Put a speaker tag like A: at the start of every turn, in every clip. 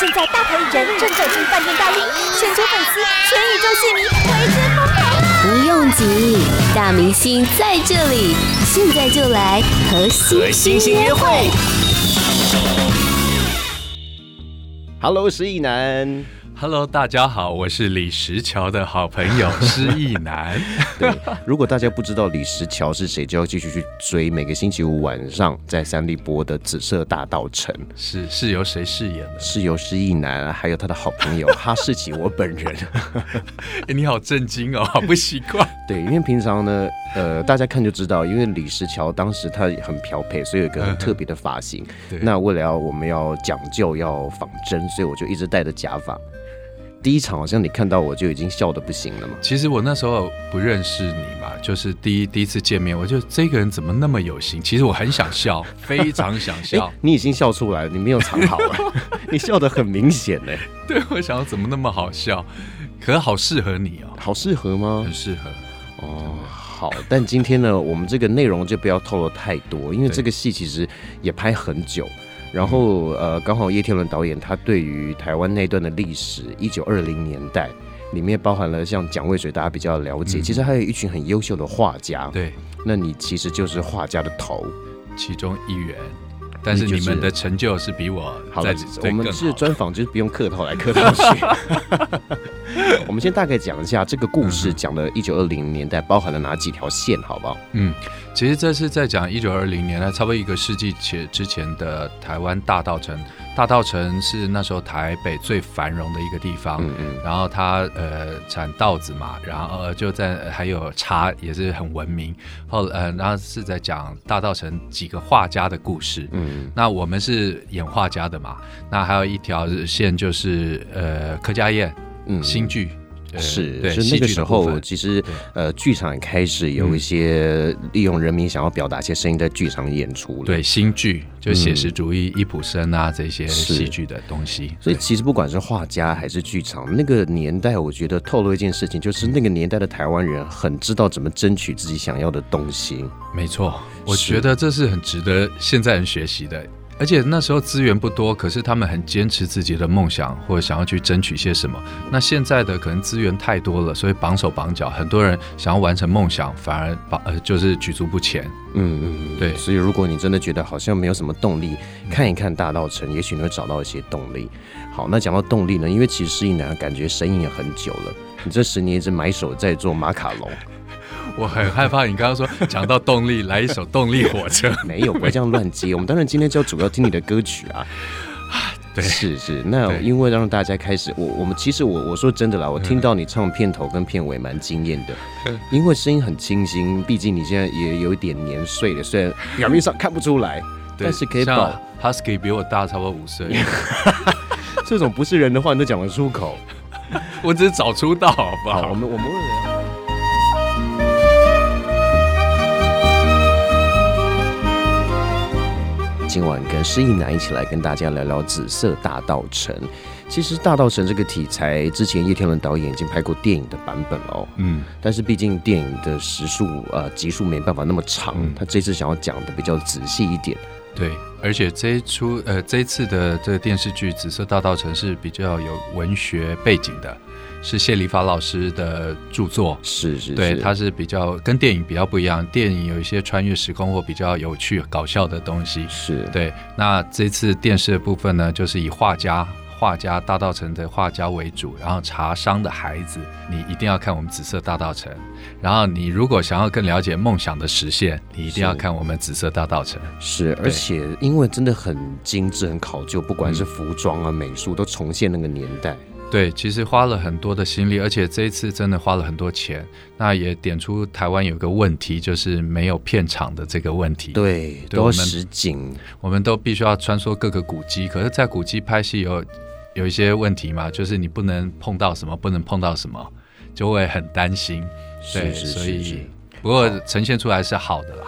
A: 现在大牌艺人正走进饭店大厅，全球粉丝、全宇宙戏迷为之疯狂啊！
B: 不用急，大明星在这里，现在就来和
C: 和
B: 星
C: 星星
B: 星
C: 约
B: 约
C: 会
B: 会。
C: Hello，失忆男。
D: Hello，大家好，我是李石桥的好朋 友失忆男。
C: 对，如果大家不知道李石桥是谁，就要继续去追每个星期五晚上在三立播的《紫色大道城》，
D: 是是由谁饰演 的？
C: 是由失忆男还有他的好朋友哈士奇我本人。
D: 诶哎你好震惊哦，好 不习惯。
C: 对，因为平常呢，呃，大家看就知道，因为李石桥当时他很漂配，所以有一个很特别的发 型。
D: 对
C: 那为了要我们要讲究要仿真，所以我就一直戴着假发。第一场好像你看到我就已经笑得不行了嘛。
D: 其实我那时候不认识你嘛，就是第一第一次见面，我就这个人怎么那么有型？其实我很想 笑，非常想笑
C: 诶。你已经笑出来了，你没有藏好 啊，你笑得很明显呢，
D: 哎对，我想怎么那么好笑？可是好适合你哦，
C: 好适合吗
D: 很？适合。
C: 哦，好，但今天呢，我们这个内容就不要透露太多，因为
D: 对嗯
C: 这个戏其实也拍很久。然后，呃，刚好叶天伦导演他对于台湾那段的历史，一九二零年代里面包含了像蒋渭水，大家比较了解，
D: 嗯
C: 其实还有一群很优秀的画家。，
D: 对，
C: 那你其实就是画家的头。
D: 其中一员。但是
C: 你就
D: 你
C: 是
D: 们的成就的是比我
C: 好
D: 在
C: 了，
D: 在
C: 我们
D: 更
C: 是
D: 好的
C: 专访，就是不用客套来客套去。 我们先大概讲一下这个故事，讲了一九二零年代包含了哪几条线，好不好？
D: 嗯，其实这是在讲一九二零年代，差不多一个世纪前之前的台湾大稻城。大稻城是那时候台北最繁荣的一个地方，
C: 嗯嗯，
D: 然后它呃产稻子嘛，然后呃就在还有茶也是很闻名。后呃，然后是在讲大稻城几个画家的故事。
C: 嗯，
D: 那我们是演画家的嘛，那还有一条线就是呃柯佳燕、
C: 嗯
D: 新剧，呃
C: 是，
D: 对
C: 是那
D: 戏
C: 个时
D: 剧的部
C: 候，
D: 分
C: 其实
D: 对嗯
C: 呃，剧场开始有一些利用人民想要表达一些声音在剧场演出了。
D: 对，新剧就写实主义、易卜生啊这些
C: 嗯是
D: 戏剧的东西。
C: 所以其实不管是画家还是剧场，那个年代，我觉得透露一件事情，就是那个年代的台湾人很知道怎么争取自己想要的东西。
D: 没错，我
C: 是
D: 觉得这是很值得现在人学习的。而且那时候资源不多，可是他们很坚持自己的梦想，或者想要去争取些什么。那现在的可能资源太多了，所以绑手绑脚，很多人想要完成梦想，反而把呃就是举足不前。
C: 嗯嗯，嗯
D: 对
C: 所以如果你真的觉得好像没有什么动力，看一看大道城，也许你会找到一些动力。好，那讲到动力呢，因为其实施一男感觉神隐也很久了，你这十年一直埋首在做马卡龙，
D: 我很害怕你刚刚说讲到动力，来一首《动力火车》。
C: 没有，不会这样乱接。我们当然今天就主要听你的歌曲啊。
D: 对
C: 是是，那
D: 对嗯
C: 因为让大家开始，我我们其实我我说真的啦，我听到你唱片头跟片尾蛮惊艳的，因为声音很清新，毕竟你现在也有一点年岁了，虽然表面上看不出来，
D: 对
C: 但是可以
D: 像
C: 保
D: Husky 比我大差不多五岁，
C: 这种不是人的话，你都讲得出口。
D: 我只是早出道，好不
C: 好，
D: 好
C: 我？们我们为了今晚跟失意男一起来跟大家聊聊《紫色大道城》。其实《大道城》这个题材，之前叶天伦导演已经拍过电影的版本了哦。
D: 嗯，
C: 但是毕竟电影的时数呃集数没办法那么长，
D: 嗯
C: 他这次想要讲的比较仔细一点。
D: 对，而且这一出呃这一次的这个电视剧《紫色大道城》是比较有文学背景的，是谢里法老师的著作。
C: 是是是，
D: 对，它是比较跟电影比较不一样，电影有一些穿越时空或比较有趣搞笑的东西。
C: 是
D: 对，那这次电视的部分呢，就是以画家。画家大道城的画家为主，然后茶商的孩子，你一定要看我们紫色大道城。然后你如果想要更了解梦想的实现，你一定要
C: 是
D: 看我们紫色大道城。
C: 是，而
D: 对
C: 且因为真的很精致、很考究，不管是服装啊、美术，都重现那个年代。
D: 对，其实花了很多的心力，而且这一次真的花了很多钱。那也点出台湾有个问题，就是没有片场的这个问题。，
C: 对，
D: 对
C: 都要
D: 我们
C: 实景，
D: 我们都必须要穿梭各个古迹，可是，在古迹拍戏有有一些问题嘛，就是你不能碰到什么，不能碰到什么，就会很担心。对，
C: 是是
D: 所
C: 是
D: 以
C: 是。
D: 不过呈现出来是好的啦。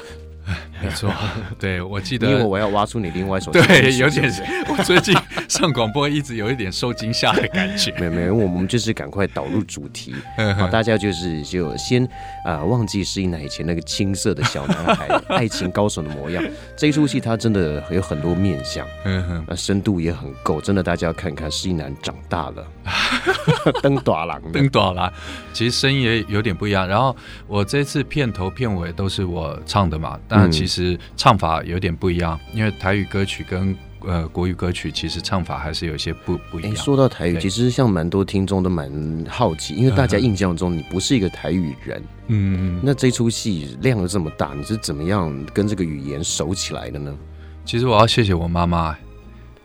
D: 没错，对我记
C: 因为
D: 得。
C: 我要挖出你另外一 首
D: 对，
C: 新
D: 有
C: 歌是不
D: 点
C: 是，
D: 我最近上广播一直有一点受惊吓的感 觉。
C: 没有没有，我们就是赶快导入主题，
D: 嗯
C: 好，大家就是就先啊、呃忘记施一奶以前那个青涩的小 男孩、爱情高手的模样。这一出戏它真的有很多面相，
D: 嗯哼，
C: 那深度也很够，真的大家要看看施一男长 大了，登短郎的
D: 灯短啦，其实声音也有点不一样。然后我这次片头片尾都是我唱的嘛，但其实唱法有点不一样，因为台语歌曲跟呃国语歌曲其实唱法还是有一些不不一
C: 哎，
D: 样。
C: 说到台语，
D: 对
C: 其实像蛮多听众都蛮好奇，因为大家印象中你不是一个台语人，
D: 嗯，
C: 那这出戏量又这么大，你是怎么样跟这个语言熟起来的呢？
D: 其实我要谢谢我妈妈，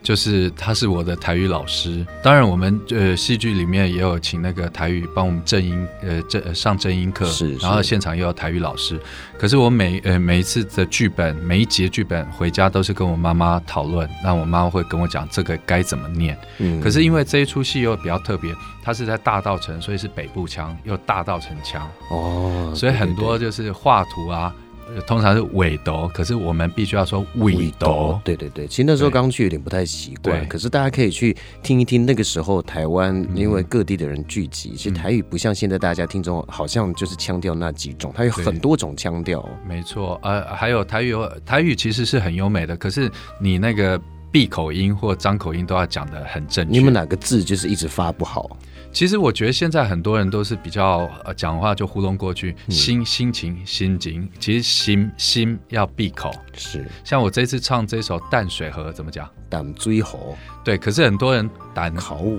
D: 就是她是我的台语老师。当然，我们呃戏剧里面也有请那个台语帮我们正音呃正呃上正音课，
C: 是
D: 然后
C: 是
D: 现场又有台语老师。可是我每呃每一次的剧本，每一节剧本回家都是跟我妈妈讨论，那我妈会跟我讲这个该怎么念。
C: 嗯，
D: 可是因为这一出戏又比较特别，它是在大道城，所以是北部腔，又大道城腔。
C: 哦，
D: 所以
C: 对
D: 很多就是画图啊，呃通常是尾斗，可是我们必须要说尾斗。
C: 对对对，其实那时候
D: 对
C: 刚去有点不太习惯，
D: 对嗯
C: 可是大家可以去听一听那个时候台湾，因为各地的人聚集，其实台语不像现在大家听众好像就是腔调那几种，它有
D: 对
C: 很多种腔调哦。
D: 没错，呃，还有台语有，台语其实是很优美的，可是你那个闭口音或张口音都要讲的很正确。
C: 你们哪个字就是一直发不好？
D: 其实我觉得现在很多人都是比较呃讲话就糊弄过去，
C: 嗯
D: 心心情心情，其实心心要闭口。
C: 是
D: 像我这次唱这首《淡水河》怎么讲？
C: 胆追猴
D: 对，可是很多人 胆
C: 考我，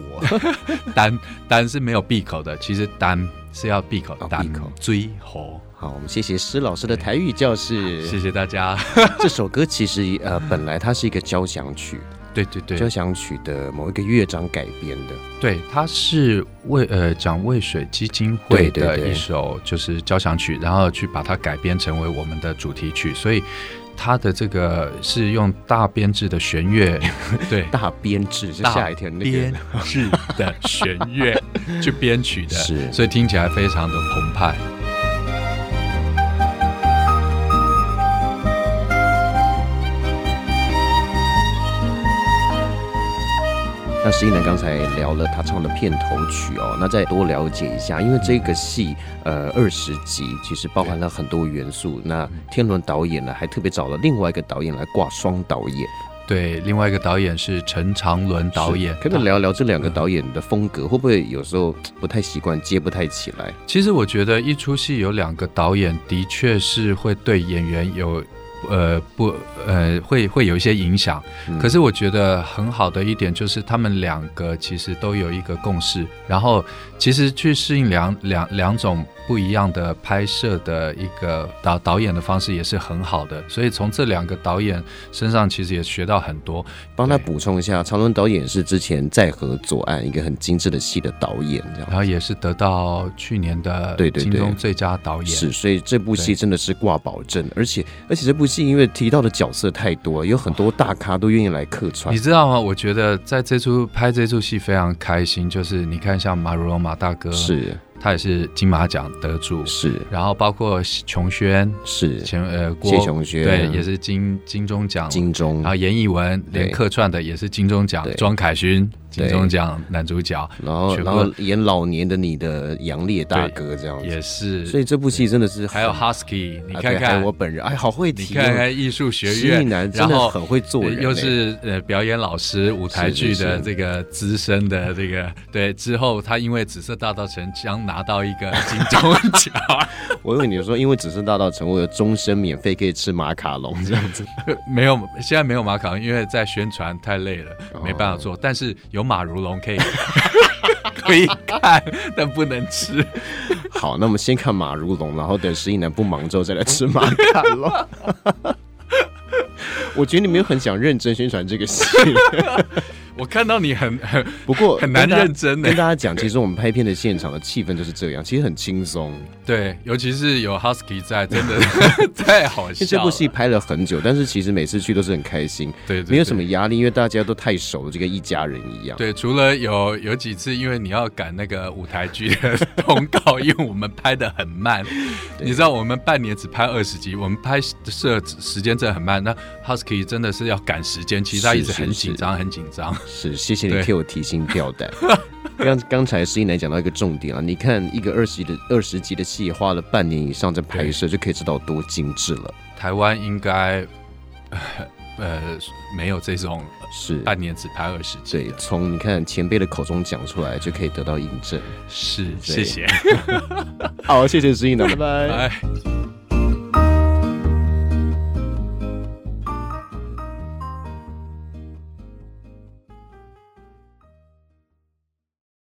D: 胆胆是没有闭口的，其实胆是要闭口
C: 哦，
D: 胆
C: 闭口
D: 追喉。
C: 好，我们谢谢施老师的台语教室。
D: 谢谢大家。
C: 这首歌其实 呃本来它是一个交响曲，
D: 对对对
C: 交响曲的某一个乐章改编的。
D: 对，它是为呃讲渭水基金会
C: 对对
D: 的
C: 对
D: 一首就是交响曲，然后去把它改编成为我们的主题曲，所以它的这个是用大编制的弦 乐，对，
C: 大编制是
D: 大
C: 下一天那个
D: 编制的弦乐 去编曲的，
C: 是
D: 所以听起来非常的澎湃。
C: 那石一楠刚才聊了他唱的片头曲哦，那再多了解一下，因为这个戏呃二十集，其实包含了很多元素。那天伦导演呢，还特别找了另外一个导演来挂双导演
D: 对，另外一个导演是陈长伦导演，嗯
C: 可不可以聊聊这两个导演的风格？会不会有时候不太习惯，接不太起来？
D: 其实我觉得一出戏有两个导演，的确是会对演员有。呃不呃会会有一些影响，
C: 嗯
D: 可是我觉得很好的一点就是他们两个其实都有一个共识，然后其实去适应两两两种不一样的拍摄的一个导导演的方式也是很好的，所以从这两个导演身上其实也学到很多。
C: 帮他
D: 对
C: 补充一下，常伦导演是之前在和左岸一个很精致的戏的导演，这样
D: 然后也是得到去年的
C: 对对对
D: 金钟最佳导演，
C: 是，所以这部戏
D: 对
C: 真的是挂保证，而且而且这部戏因为提到的角色太多，有很多大咖都愿意来客串
D: 你。知道吗？我觉得在这出拍这出戏非常开心，就是你看像马如龙马大哥，
C: 是
D: 他也是金马奖得主，
C: 是
D: 然后包括琼轩、
C: 是，
D: 前呃郭
C: 谢琼轩
D: 对，也是金金钟奖，
C: 金钟
D: 然，后严艺文
C: 对
D: 连客串的也是金钟奖
C: 对，
D: 庄凯勋金
C: 对
D: 钟奖男主角
C: 然后
D: 全
C: 然
D: 部
C: 后演老年的你的杨烈大哥这样子，
D: 也是，
C: 所以这部戏真的是
D: 还有
C: 很
D: Husky，你
C: 啊
D: 看
C: 对还
D: 看
C: 有我本人，哎，好会
D: 你
C: 提哦，
D: 看看 艺术学
C: 施一
D: 院
C: 男，真
D: 然
C: 的
D: 后
C: 很会做人欸，
D: 又是呃表演老师、舞台剧
C: 是是
D: 的
C: 是
D: 这个资深的这个对，之后他因为《紫色大道城》将拿到一个金钟 奖，
C: 我以为你说，因为只是大道城，我有终身免费可以吃马卡龙这样子，
D: 没有现在没有马卡龙，因为在宣传太累了，
C: 哦
D: 没办法做，但是有马如龙可以 可以看，但不能吃。
C: 好，那我们先看马如龙，然后等十一男不忙之后再来吃马卡龙。 我觉得你们有很想认真宣传这个戏，
D: 我看到你很很
C: 不过
D: 很难
C: 跟大家
D: 认真欸呢
C: 跟大家讲，其实我们拍片的现场的气氛就是这样，其实很轻松。
D: 对，尤其是有 Husky 在，真的 太好
C: 因为
D: 笑
C: 这
D: 了。
C: 部戏拍了很久，但是其实每次去都是很开心，
D: 对对对
C: 没有什么压力，因为大家都太熟了，就跟一家人一样。
D: 对，除了有有几次，因为你要赶那个舞台剧的 通告，因为我们拍的很慢，你知道我们半年只拍二十集，我们拍摄时间真的很慢。那 Husky 真的是要赶时间，其实他
C: 是
D: 一直很
C: 是是
D: 紧张，很紧张。
C: 是，谢谢你
D: 对
C: 替我提心 吊胆。刚刚才施一楠讲到一个重点啊，你看一个二十的二十集的戏，花了半年以上在拍摄，就可以知道多精致了。
D: 台湾应该呃没有这种
C: 是，
D: 半年只拍二十集
C: 对，
D: 的，
C: 从你看前辈的口中讲出来，就可以得到印证。
D: 是谢
C: 对
D: 谢。
C: 好，谢谢施一楠，拜拜。
D: 哎。